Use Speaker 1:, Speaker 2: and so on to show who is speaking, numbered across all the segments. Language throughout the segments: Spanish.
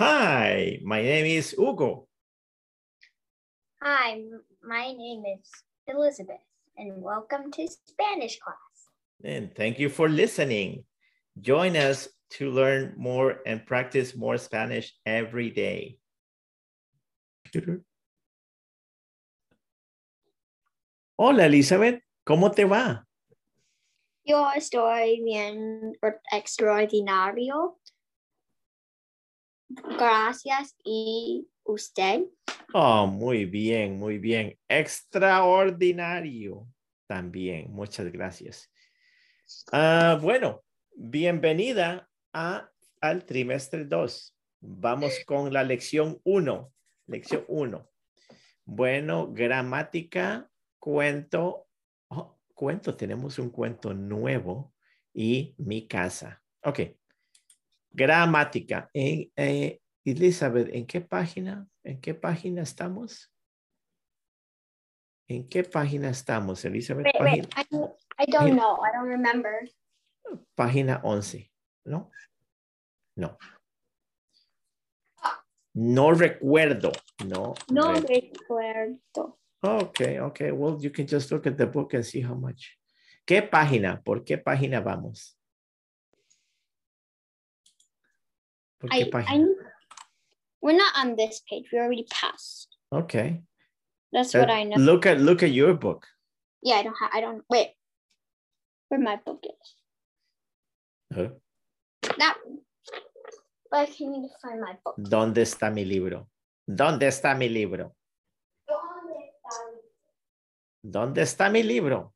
Speaker 1: Hi, my name is Hugo.
Speaker 2: Hi, m- my name is Elizabeth, and welcome to Spanish class.
Speaker 1: And thank you for listening. Join us to learn more and practice more Spanish every day. Hola, Elizabeth. ¿Cómo te va?
Speaker 2: Yo estoy bien or- extraordinario. Gracias y usted.
Speaker 1: Oh, muy bien, muy bien. Extraordinario. También, muchas gracias. Ah, bueno, bienvenida a, al trimestre 2. Vamos con la lección 1. Lección 1. Bueno, gramática, cuento. oh, cuento, tenemos un cuento nuevo y mi casa. Ok. Gramática. En, eh, Elizabeth, ¿en qué página? ¿En qué página estamos? ¿En qué página estamos, Elizabeth?
Speaker 2: Wait, wait,
Speaker 1: Página-
Speaker 2: I, I don't
Speaker 1: Yeah.
Speaker 2: know. I don't remember.
Speaker 1: página 11, ¿no? No. No recuerdo, no.
Speaker 2: No
Speaker 1: re-
Speaker 2: recuerdo.
Speaker 1: Okay, okay. Well, you can just look at the book and see how much. ¿Qué página? ¿Por qué página vamos? ¿Por qué
Speaker 2: I, I,
Speaker 1: página?
Speaker 2: we're not on this page. We already passed.
Speaker 1: okay.
Speaker 2: That's
Speaker 1: Uh,
Speaker 2: what I know.
Speaker 1: Look at look at your book.
Speaker 2: Yeah, I don't have. I don't. Wait. Where my book is?
Speaker 1: Huh?
Speaker 2: That. one. But I can need to find my book.
Speaker 1: ¿Dónde está mi libro? ¿Dónde está mi libro? ¿Dónde está mi libro?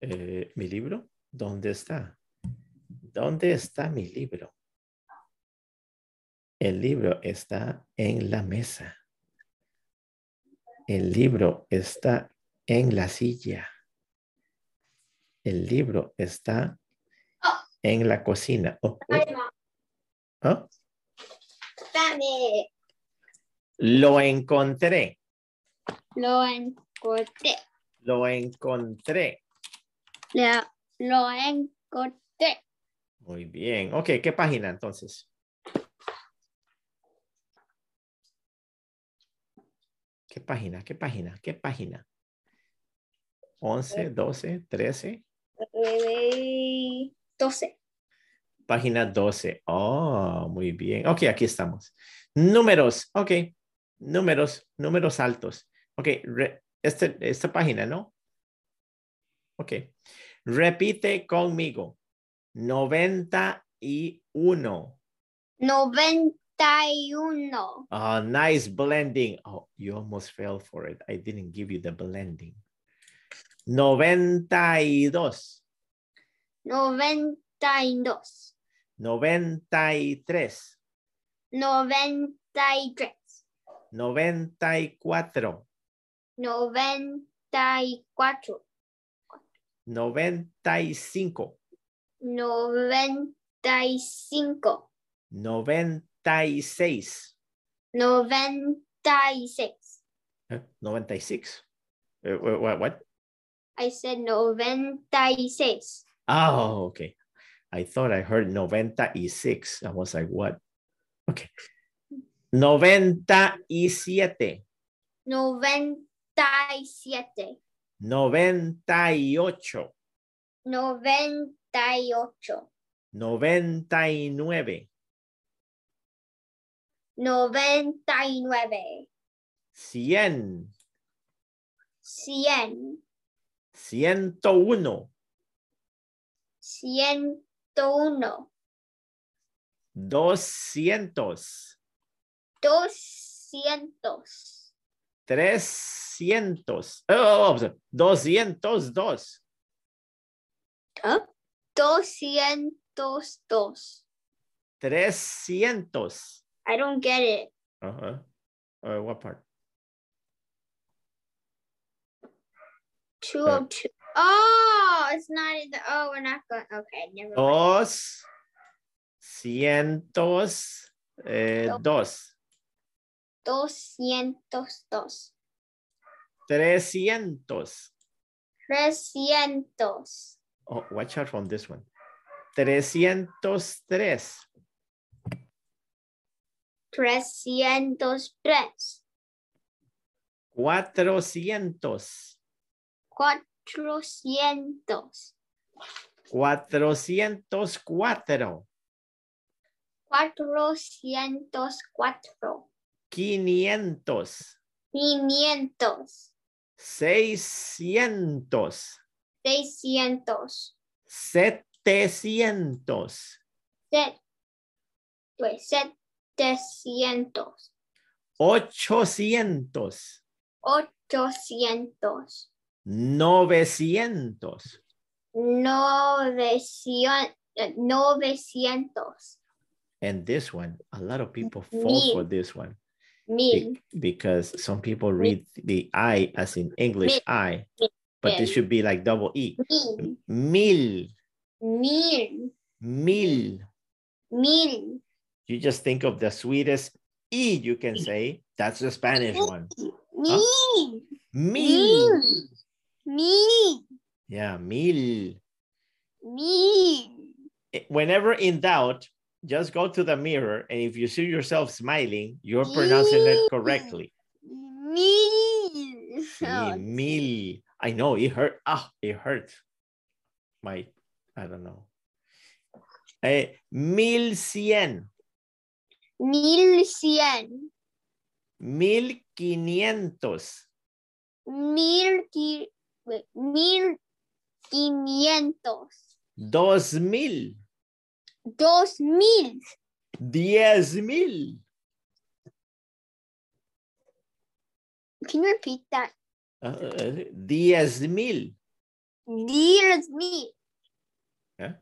Speaker 1: Eh, ¿Mi libro? ¿Dónde está? ¿Dónde está mi libro? El libro está en la mesa. El libro está en la silla. El libro está en la cocina. Oh, oh, ah,
Speaker 2: Found it.
Speaker 1: Lo encontré.
Speaker 2: Lo encontré.
Speaker 1: Lo encontré.
Speaker 2: La- Lo encontré.
Speaker 1: Muy bien. Ok, ¿qué página entonces? ¿Qué página? ¿Qué página? ¿Qué página? 11, 12, 13.
Speaker 2: Wait, wait. 12.
Speaker 1: Página 12. Oh, muy bien. Ok, aquí estamos. Números. Ok. Números, números altos. Ok, re- este- esta página, ¿no? Ok. Repite conmigo. 91.
Speaker 2: 91.
Speaker 1: Ah, nice blending. Oh, you almost fell for it. I didn't give you the blending. 92,
Speaker 2: 92.
Speaker 1: 93,
Speaker 2: 93.
Speaker 1: 94,
Speaker 2: 94.
Speaker 1: 95,
Speaker 2: 95.
Speaker 1: 96,
Speaker 2: 96.
Speaker 1: Huh? 96. Uh, wha- wha- what?
Speaker 2: I said 96.
Speaker 1: Oh, okay. I thought I heard 96. I was like, what? Okay. 97.
Speaker 2: 97.
Speaker 1: 98,
Speaker 2: 98.
Speaker 1: 99,
Speaker 2: 99.
Speaker 1: 100,
Speaker 2: 100.
Speaker 1: 101,
Speaker 2: 101.
Speaker 1: 200,
Speaker 2: 200.
Speaker 1: 300, oh, oh, oh, 202,
Speaker 2: ¿Ah? 202.
Speaker 1: 300.
Speaker 2: I don't get it.
Speaker 1: Uh-huh. Uh, what part?
Speaker 2: 202. Oh, it's not in the. Oh, we're not going. Okay, never
Speaker 1: Oh.
Speaker 2: mind.
Speaker 1: Dos, cientos, eh, dos,
Speaker 2: 202.
Speaker 1: trescientos.
Speaker 2: 300.
Speaker 1: Oh, watch out from this one. Trescientos tres.
Speaker 2: 303.
Speaker 1: 400.
Speaker 2: 400.
Speaker 1: 404.
Speaker 2: 404.
Speaker 1: 500.
Speaker 2: 500.
Speaker 1: 600.
Speaker 2: 600.
Speaker 1: 700.
Speaker 2: set- Pues, wait, 700.
Speaker 1: 800.
Speaker 2: 800.
Speaker 1: 900.
Speaker 2: 900. 900.
Speaker 1: And this one, a lot of people fall for this one
Speaker 2: Mil.
Speaker 1: because some people read the I as in English I, but this should be like double E.
Speaker 2: Mil.
Speaker 1: Mil,
Speaker 2: Mil.
Speaker 1: mil.
Speaker 2: Mil.
Speaker 1: You just think of the sweetest E you can say. That's the Spanish one.
Speaker 2: Mil.
Speaker 1: Mil.
Speaker 2: Mil.
Speaker 1: Yeah, Ah, mil. Eh,
Speaker 2: Mil.
Speaker 1: Whenever in doubt, just go to the mirror and if you see yourself smiling, you're pronouncing it correctly.
Speaker 2: Mil.
Speaker 1: Sí, mil. I know it hurt. Ah, it hurt. My, I don't know. Eh, mil cien,
Speaker 2: Mil cien.
Speaker 1: mil quinientos,
Speaker 2: Mil, qui- wait, mil quinientos.
Speaker 1: dos mil,
Speaker 2: Dos mil.
Speaker 1: diez mil,
Speaker 2: Can you repeat that?
Speaker 1: ah, eh, diez mil,
Speaker 2: Diez mil.
Speaker 1: Yeah.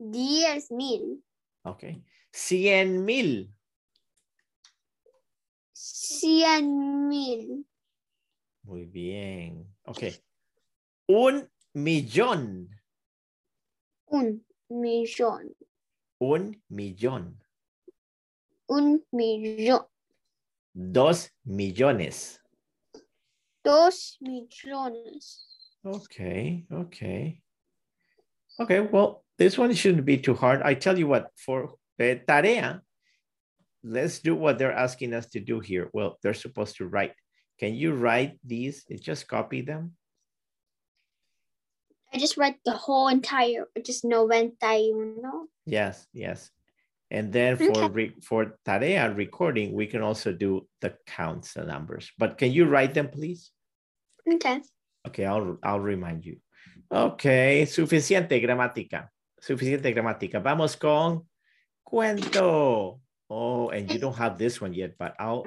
Speaker 2: Diez mil.
Speaker 1: okay, cien mil,
Speaker 2: Cien mil.
Speaker 1: muy bien, okay, un millón,
Speaker 2: Un millón.
Speaker 1: un millón,
Speaker 2: Un millón.
Speaker 1: dos millones.
Speaker 2: Dos millones.
Speaker 1: Okay, okay. Okay, well, this one shouldn't be too hard. I tell you what, for eh, tarea, let's do what they're asking us to do here. Well, they're supposed to write. Can you write these? Eh, Just copy them.
Speaker 2: I just read the whole entire, just noventa y uno.
Speaker 1: Yes, yes. And then for re for tarea recording, we can also do the counts, the numbers. But can you write them, please?
Speaker 2: Okay.
Speaker 1: Okay, I'll, I'll remind you. Okay, suficiente gramática. Suficiente gramática. Vamos con cuento. Oh, and you don't have this one yet, but I'll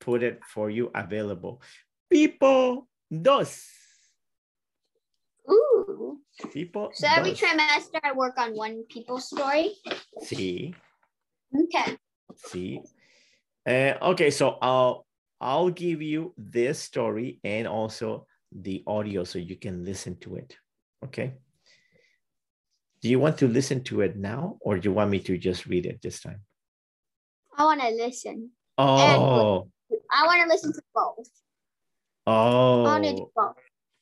Speaker 1: put it for you available. People dos.
Speaker 2: Ooh.
Speaker 1: People
Speaker 2: So every
Speaker 1: dos.
Speaker 2: trimester I work on one people story.
Speaker 1: Sí,
Speaker 2: Okay.
Speaker 1: sí. Eh, okay, so I'll I'll give you this story and also the audio so you can listen to it. Okay. Do you want to listen to it now or do you want me to just read it this time?
Speaker 2: I want to listen.
Speaker 1: Oh,
Speaker 2: I want to listen to both. I want to do
Speaker 1: oh,
Speaker 2: both.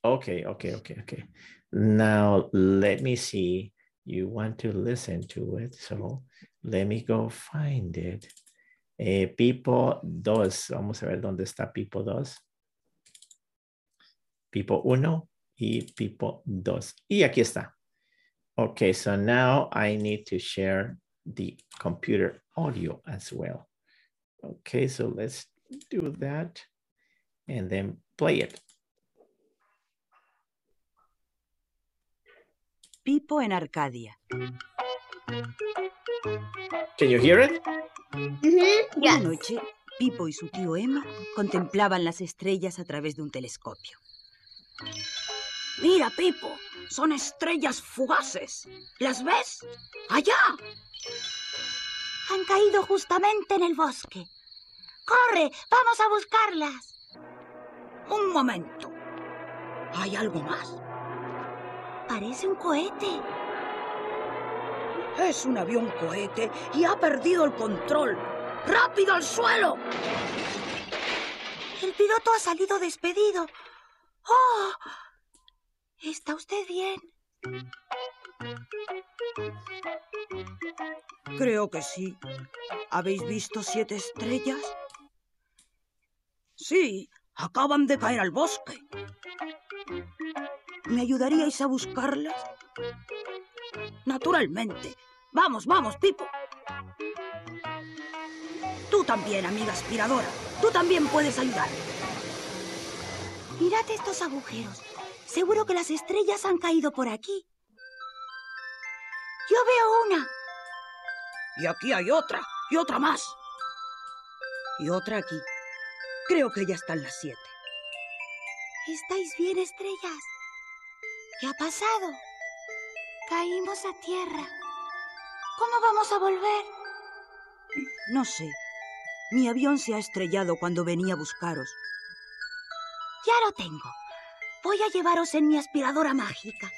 Speaker 1: okay, okay, okay, okay. Now let me see. You want to listen to it, so let me go find it. Eh, people dos, vamos a ver dónde está people dos. People uno y people dos. Y aquí está. Okay, so now I need to share the computer audio as well. Okay, so let's do that and then play it.
Speaker 3: Pipo en Arcadia.
Speaker 1: Can you hear it?
Speaker 2: Mm-hmm.
Speaker 3: Una
Speaker 2: Yes.
Speaker 3: noche, Pipo y su tío Emma contemplaban las estrellas a través de un telescopio.
Speaker 4: Mira, Pipo, son estrellas fugaces. ¿Las ves? ¡Allá! Han caído justamente en el bosque. ¡Corre! ¡Vamos a buscarlas! Un momento. ¿Hay algo más? Parece un cohete. Es un avión cohete y ha perdido el control. ¡Rápido al suelo! El piloto ha salido despedido. ¡Oh! ¿Está usted bien?
Speaker 3: Creo que sí. ¿Habéis visto siete estrellas? Sí, acaban de caer al bosque. ¿Me ayudaríais a buscarlas?
Speaker 4: Naturalmente. Vamos, vamos, Pipo. Tú también, amiga aspiradora. Tú también puedes ayudar. Mirad estos agujeros. Seguro que las estrellas han caído por aquí. Yo veo una. Y aquí hay otra. Y otra más.
Speaker 3: Y otra aquí. Creo que ya están las siete.
Speaker 4: ¿Estáis bien, estrellas? ¿Qué ha pasado? Caímos a tierra. ¿Cómo vamos a volver?
Speaker 3: No sé. Mi avión se ha estrellado cuando venía a buscaros.
Speaker 4: Ya lo tengo. Voy a llevaros en mi aspiradora mágica.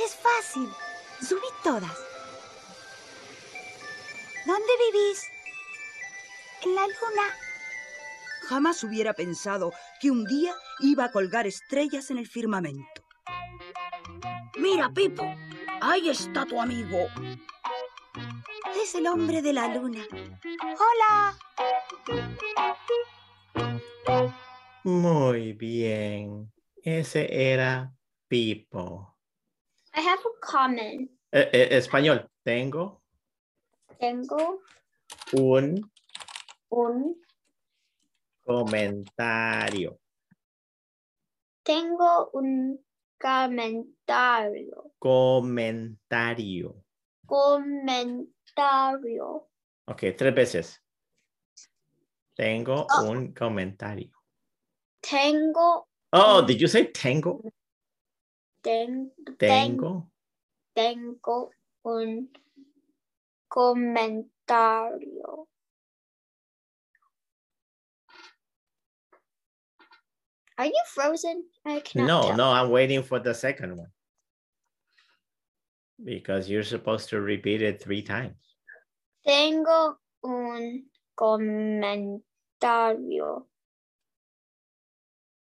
Speaker 4: Es fácil. Subid todas. ¿Dónde vivís? En la luna.
Speaker 3: Jamás hubiera pensado que un día iba a colgar estrellas en el firmamento.
Speaker 4: Mira, Pipo. Ahí está tu amigo. Es el hombre de la luna. ¡Hola!
Speaker 1: Muy bien. Ese era Pipo.
Speaker 2: I have a comment.
Speaker 1: Eh, eh, español. Tengo
Speaker 2: Tengo
Speaker 1: un
Speaker 2: un
Speaker 1: comentario.
Speaker 2: tengo un comentario.
Speaker 1: Comentario.
Speaker 2: Comentario.
Speaker 1: Ok, tres veces. Tengo un comentario.
Speaker 2: Tengo
Speaker 1: Oh, did you say tengo?
Speaker 2: ten- ten-
Speaker 1: Tengo.
Speaker 2: tengo un comentario. Are you frozen? I cannot
Speaker 1: No,
Speaker 2: tell.
Speaker 1: no, I'm waiting for the second one. Because you're supposed to repeat it three times.
Speaker 2: Tengo un comentario.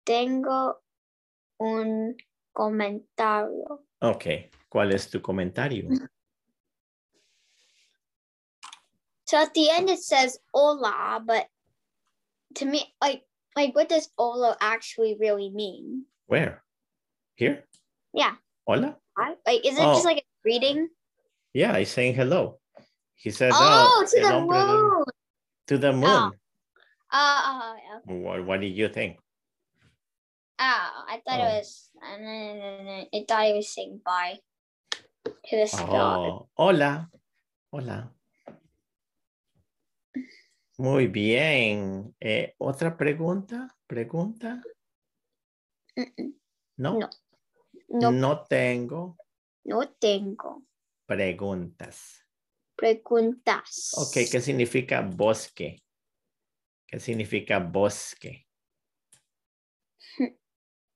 Speaker 2: Tengo un comentario.
Speaker 1: Ok, ¿cuál es tu comentario?
Speaker 2: So at the end it says hola, but to me like like what does hola actually really mean?
Speaker 1: Where? Here?
Speaker 2: Yeah.
Speaker 1: Hola?
Speaker 2: Like is it
Speaker 1: Oh.
Speaker 2: just like a greeting?
Speaker 1: Yeah, he's saying hello. He said,
Speaker 2: Oh, to
Speaker 1: el
Speaker 2: the
Speaker 1: hombre del-
Speaker 2: moon.
Speaker 1: To the moon.
Speaker 2: Oh. Oh, oh,
Speaker 1: What, what did you think?
Speaker 2: oh, I thought
Speaker 1: Oh.
Speaker 2: it was and then and then I thought it was saying bye to the star.
Speaker 1: Oh, hola. Hola. Muy bien. Eh, ¿Otra pregunta? ¿Pregunta?
Speaker 2: Mm-mm.
Speaker 1: No,
Speaker 2: No. No,
Speaker 1: no tengo
Speaker 2: no tengo.
Speaker 1: preguntas.
Speaker 2: Preguntas.
Speaker 1: Ok, ¿qué significa bosque? ¿Qué significa bosque?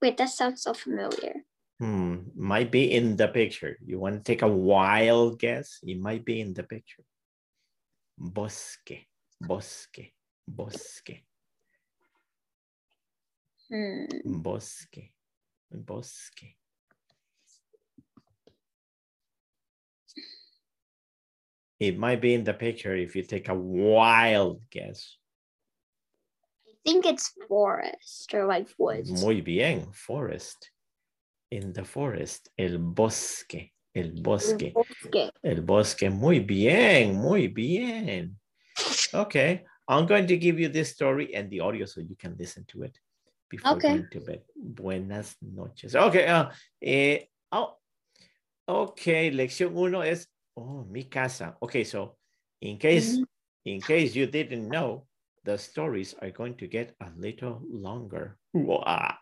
Speaker 2: Wait, that sounds so familiar.
Speaker 1: Hmm, might be in the picture. You want to take a wild guess? It might be in the picture. Bosque, bosque, bosque,
Speaker 2: Hmm.
Speaker 1: bosque, bosque. It might be in the picture if you take a wild guess.
Speaker 2: I think it's forest or like woods.
Speaker 1: Muy bien, forest. In the forest, el bosque, el bosque,
Speaker 2: Bosque.
Speaker 1: el bosque. Muy bien, muy bien. Okay, I'm going to give you this story and the audio so you can listen to it before
Speaker 2: Okay.
Speaker 1: going to bed. Buenas noches. Okay, ah, eh, oh, okay, lección uno es, oh, mi casa. Okay, so in case,
Speaker 2: Mhm.
Speaker 1: in case you didn't know, the stories are going to get a little longer. Wah.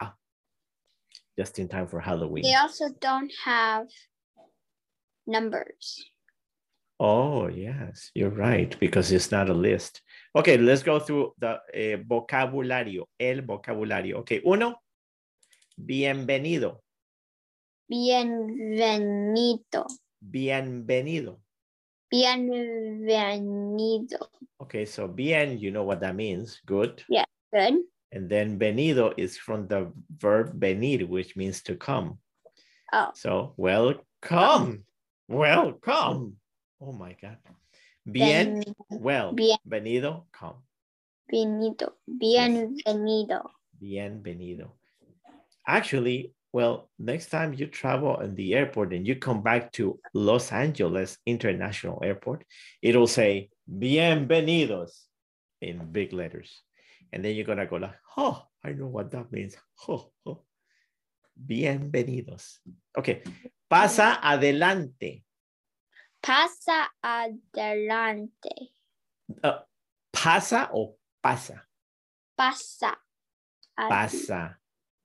Speaker 1: Just in time for Halloween.
Speaker 2: They also don't have numbers.
Speaker 1: Oh, yes, you're right, because it's not a list. Okay, let's go through the eh, vocabulario, el vocabulario. Okay, uno, bienvenido,
Speaker 2: Bienvenido.
Speaker 1: bienvenido.
Speaker 2: Bienvenido.
Speaker 1: Okay, so bien, you know what that means, good.
Speaker 2: Good.
Speaker 1: And then venido is from the verb venir, which means to come.
Speaker 2: Oh.
Speaker 1: So welcome. Well, come. Oh my God. Bien, well, bienvenido, come.
Speaker 2: Bienvenido. Bienvenido.
Speaker 1: Bienvenido. Actually, well, next time you travel in the airport and you come back to Los Angeles International Airport, it'll say bienvenidos in big letters. And then you're going to go like, oh, I know what that means. Oh, oh. Bienvenidos. Okay. Pasa adelante.
Speaker 2: Pasa adelante.
Speaker 1: Uh, pasa o pasa?
Speaker 2: Pasa. ad-
Speaker 1: Pasa.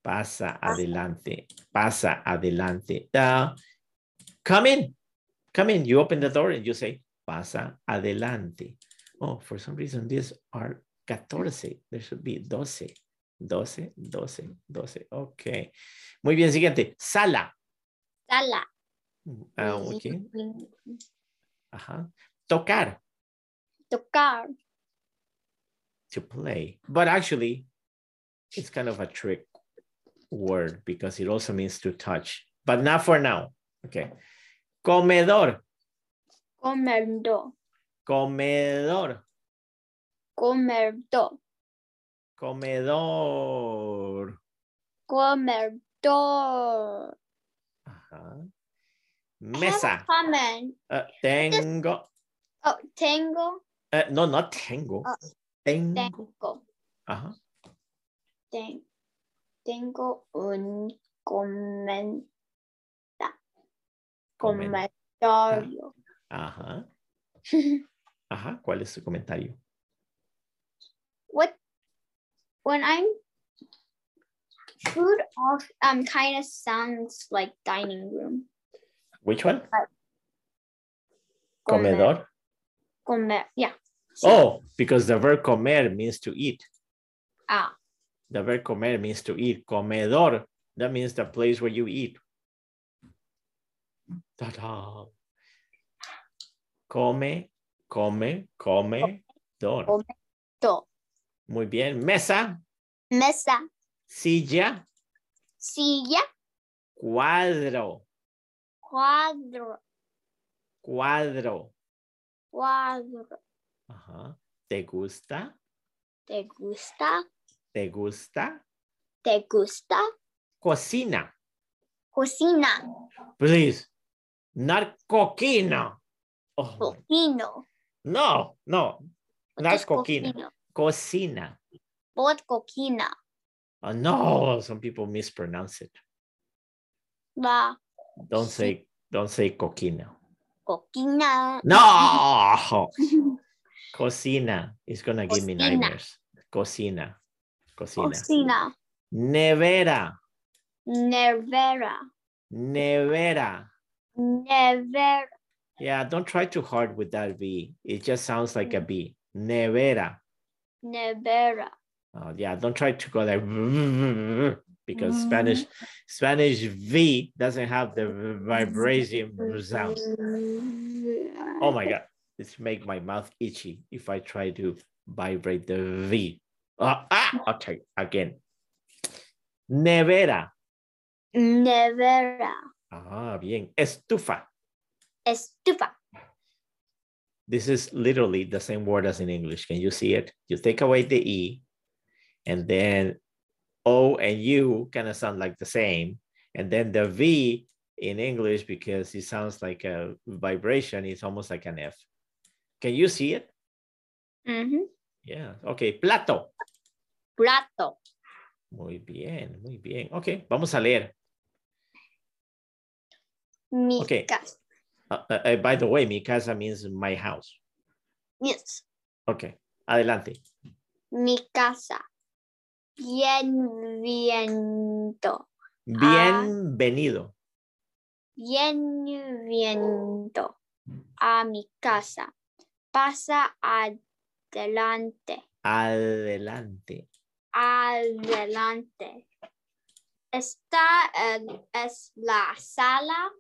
Speaker 1: Pasa adelante. Pasa adelante. Uh, come in. Come in. You open the door and you say, pasa adelante. Oh, for some reason, these are 14. There should be 12. 12, 12, 12. Okay. Muy bien, siguiente. Sala.
Speaker 2: Sala.
Speaker 1: Ah, ok. Ajá. Tocar.
Speaker 2: Tocar.
Speaker 1: to play. But actually, it's kind of a trick word because it also means to touch, but not for now. Okay. Comedor,
Speaker 2: Comedor.
Speaker 1: comedor,
Speaker 2: Comedor.
Speaker 1: comedor.
Speaker 2: Comedor.
Speaker 1: Ajá.
Speaker 2: I have a
Speaker 1: Mesa.
Speaker 2: comment.
Speaker 1: Uh, tengo.
Speaker 2: Oh, tengo.
Speaker 1: uh, no, not tengo.
Speaker 2: Oh.
Speaker 1: Tengo.
Speaker 2: Tengo.
Speaker 1: Ajá.
Speaker 2: ten- tengo un comen-
Speaker 1: Comen-
Speaker 2: comentario.
Speaker 1: Ajá. Ajá. ¿Cuál es su comentario?
Speaker 2: what when I'm food off um kind of sounds like dining room.
Speaker 1: Which one?
Speaker 2: Comer-
Speaker 1: Comedor.
Speaker 2: comer- yeah.
Speaker 1: Oh, because the verb comer means to eat.
Speaker 2: Ah.
Speaker 1: The verb comer means to eat. Comedor, that means the place where you eat. Ta-da. Come, come, come, dor.
Speaker 2: Comedor.
Speaker 1: Muy bien. Mesa,
Speaker 2: Mesa,
Speaker 1: silla,
Speaker 2: silla,
Speaker 1: cuadro,
Speaker 2: cuadro,
Speaker 1: cuadro.
Speaker 2: cuadro.
Speaker 1: Ajá. ¿Te gusta?
Speaker 2: ¿Te gusta?
Speaker 1: ¿Te gusta?
Speaker 2: ¿Te gusta?
Speaker 1: Cocina,
Speaker 2: Cocina,
Speaker 1: please. Not coquina. Oh, my
Speaker 2: cocino.
Speaker 1: No, no,
Speaker 2: What is
Speaker 1: not coquina. Cocina.
Speaker 2: What coquina?
Speaker 1: Oh, no, some people mispronounce it.
Speaker 2: La
Speaker 1: Don't say, don't say coquina.
Speaker 2: coquina.
Speaker 1: No, cocina is gonna give me
Speaker 2: Cocina.
Speaker 1: nightmares. Cocina, cocina.
Speaker 2: Cocina.
Speaker 1: Nevera,
Speaker 2: Nevera.
Speaker 1: nevera.
Speaker 2: Nevera.
Speaker 1: Yeah, don't try too hard with that V. It just sounds like a B. Nevera.
Speaker 2: Nevera.
Speaker 1: Uh, yeah, don't try to go like because Spanish
Speaker 2: Mm.
Speaker 1: Spanish V doesn't have the vibration sound.
Speaker 2: Mm.
Speaker 1: Oh my god, this make my mouth itchy if I try to vibrate the V. Uh, ah, okay, again. Nevera.
Speaker 2: Nevera.
Speaker 1: Ah, bien. Estufa.
Speaker 2: Estufa.
Speaker 1: This is literally the same word as in English. Can you see it? You take away the E and then O and U kind of sound like the same. And then the V in English, because it sounds like a vibration, it's almost like an F. Can you see it?
Speaker 2: Mhm.
Speaker 1: Yeah. Okay. Plato.
Speaker 2: Plato.
Speaker 1: Muy bien, muy bien. Ok, vamos a leer.
Speaker 2: Mi
Speaker 1: Okay.
Speaker 2: casa.
Speaker 1: Ah, ah, ah, by the way, mi casa means my house.
Speaker 2: Yes.
Speaker 1: Ok,
Speaker 2: Ah.
Speaker 1: adelante.
Speaker 2: Mi casa. Bienvenido. Ah.
Speaker 1: Bienvenido
Speaker 2: Bienvenido a mi casa. Pasa adelante.
Speaker 1: adelante.
Speaker 2: adelante. Esta eh, es la sala.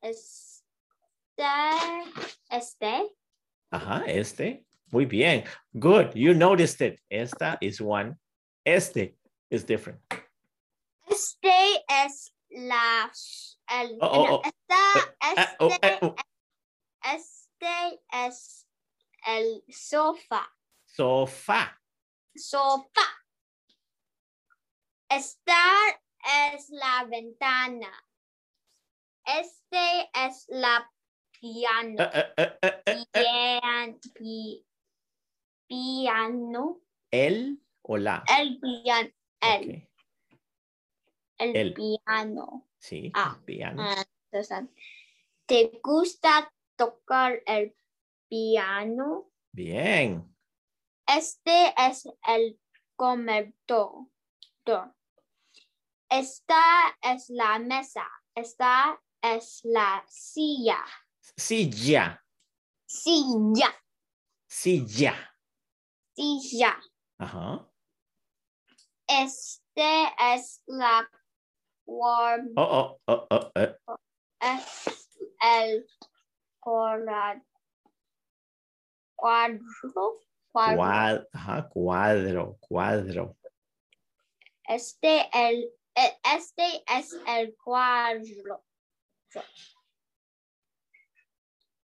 Speaker 2: Este, este,
Speaker 1: Ajá, este. Muy bien. Good, you noticed it. Esta is one. Este is different.
Speaker 2: este es la s- el,
Speaker 1: Oh, oh,
Speaker 2: no,
Speaker 1: oh.
Speaker 2: está
Speaker 1: Ah, oh,
Speaker 2: este,
Speaker 1: ah, oh,
Speaker 2: este es el sofá.
Speaker 1: Sofá.
Speaker 2: Sofá. Estar es la ventana. Este es la piano.
Speaker 1: Ah, ah, ah, ah, ah.
Speaker 2: Pian- pi- piano.
Speaker 1: El o la.
Speaker 2: El piano. El,
Speaker 1: Ok,
Speaker 2: el
Speaker 1: el.
Speaker 2: piano.
Speaker 1: Sí,
Speaker 2: Ah,
Speaker 1: piano.
Speaker 2: Ah, entonces, ¿Te gusta tocar el piano?
Speaker 1: Bien.
Speaker 2: Este es el comedor. Dor. Esta es la mesa. Esta es la silla.
Speaker 1: Silla.
Speaker 2: Silla.
Speaker 1: Silla.
Speaker 2: Silla.
Speaker 1: Ajá.
Speaker 2: Este es la cuar-
Speaker 1: Oh, oh, oh, oh, oh.
Speaker 2: es el cuadra- cuadro. Cuadro.
Speaker 1: Cuad- ajá, cuadro, cuadro.
Speaker 2: Este, el, e- este es el cuadro.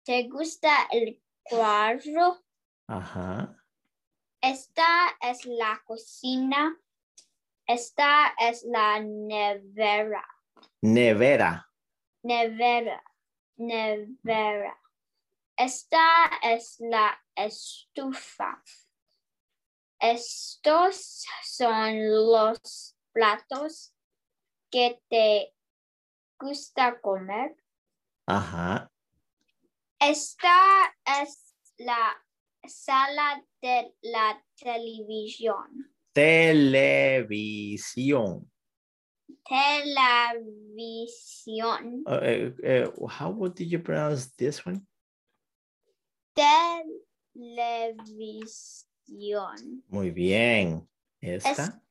Speaker 2: ¿Te gusta el cuadro?
Speaker 1: Ajá.
Speaker 2: Esta es la cocina. Esta es la nevera.
Speaker 1: Nevera.
Speaker 2: Nevera. Nevera. Esta es la estufa. Estos son los platos que te gusta comer.
Speaker 1: Ajá.
Speaker 2: Esta es la sala de la televisión.
Speaker 1: Televisión.
Speaker 2: Televisión.
Speaker 1: Uh, eh, eh, how would did you pronounce this one?
Speaker 2: Televisión.
Speaker 1: Muy bien. Esta.
Speaker 2: Esta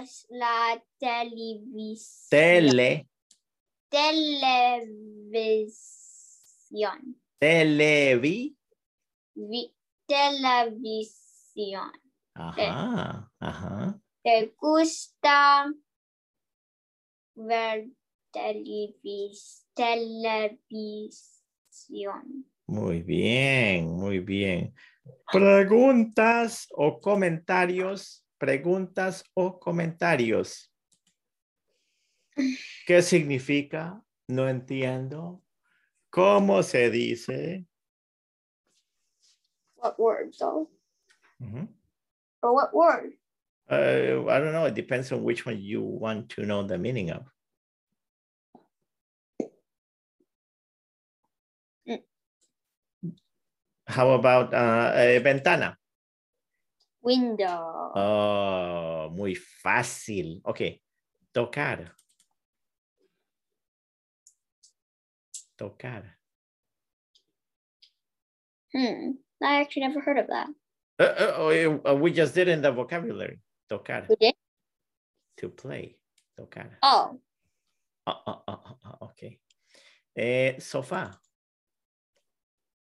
Speaker 2: es la televisión.
Speaker 1: Tele.
Speaker 2: televisión.
Speaker 1: Televi.
Speaker 2: Vi- televisión.
Speaker 1: Ajá. Ajá.
Speaker 2: ¿Te gusta ver televis- televisión?
Speaker 1: Muy bien, muy bien. Preguntas o comentarios. Preguntas o comentarios. ¿Qué significa? No entiendo. ¿Cómo se dice?
Speaker 2: What word though?
Speaker 1: Ujú.
Speaker 2: Or what word?
Speaker 1: Uh, I don't know. It depends on which one you want to know the meaning of.
Speaker 2: Mm.
Speaker 1: How about uh, eh, ventana?
Speaker 2: Window.
Speaker 1: Uh. Oh, muy fácil. Ok. Tocar. Tocar.
Speaker 2: Hmm. I actually never heard of that.
Speaker 1: Uh, uh, oh, eh, uh, we just did in the vocabulary. Tocar.
Speaker 2: We did?
Speaker 1: To play. Tocar.
Speaker 2: Oh,
Speaker 1: Ah, ah, ah, ah, ah, ok. Eh, sofá.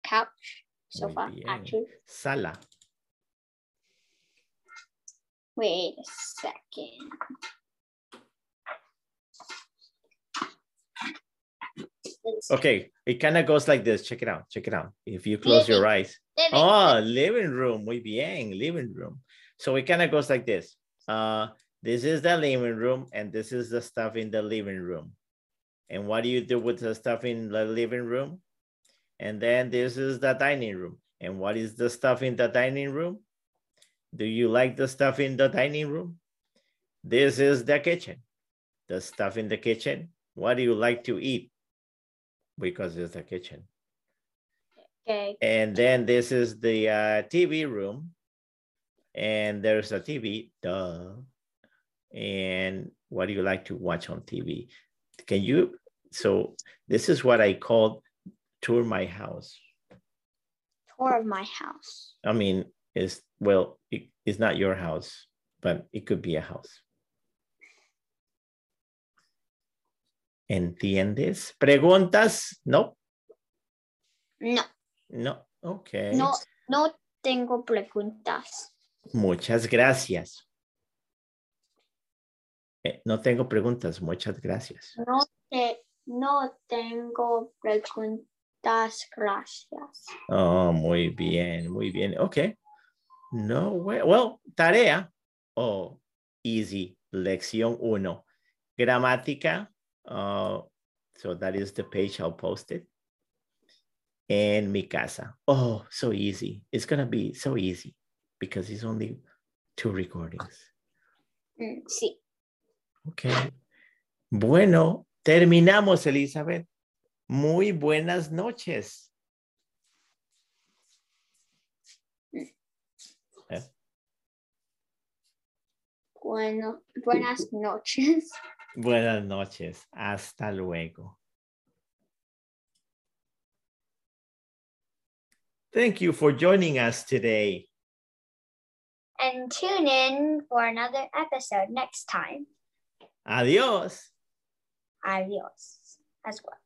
Speaker 2: couch,
Speaker 1: Muy
Speaker 2: sofa,
Speaker 1: bien.
Speaker 2: actually.
Speaker 1: Sala.
Speaker 2: Wait a second. Let's-
Speaker 1: Okay, it kind of goes like this. Check it out. Check it out. If you close your eyes.
Speaker 2: Living
Speaker 1: Oh, living room. Muy bien. Living room. So it kind of goes like this. Uh, this is the living room, and this is the stuff in the living room. And what do you do with the stuff in the living room? And then this is the dining room. And what is the stuff in the dining room? Do you like the stuff in the dining room? This is the kitchen. The stuff in the kitchen. What do you like to eat? Because it's the kitchen.
Speaker 2: Okay.
Speaker 1: And then this is the uh, TV room. And there's a TV, duh. And what do you like to watch on TV? Can you? So this is what I call tour my house.
Speaker 2: Tour of my house.
Speaker 1: I mean, it's well, it, it's not your house, but it could be a house. ¿Entiendes? ¿Preguntas? No,
Speaker 2: No,
Speaker 1: no. Okay.
Speaker 2: no, no tengo preguntas.
Speaker 1: Muchas gracias. Eh, no tengo preguntas, muchas gracias.
Speaker 2: No, te, no tengo preguntas, gracias.
Speaker 1: Oh, muy bien, muy bien. Ok. No, we- well, tarea oh, easy, lección uno. Gramática, uh, so that is the page I'll post it. En mi casa. Oh, so easy. It's going to be so easy because it's only two recordings.
Speaker 2: Mm, sí.
Speaker 1: Ok. Bueno, terminamos, Elizabeth. Muy buenas noches.
Speaker 2: Bueno, buenas noches.
Speaker 1: Buenas noches. Hasta luego. Thank you for joining us today.
Speaker 2: And tune in for another episode next time.
Speaker 1: Adiós.
Speaker 2: Adios as well.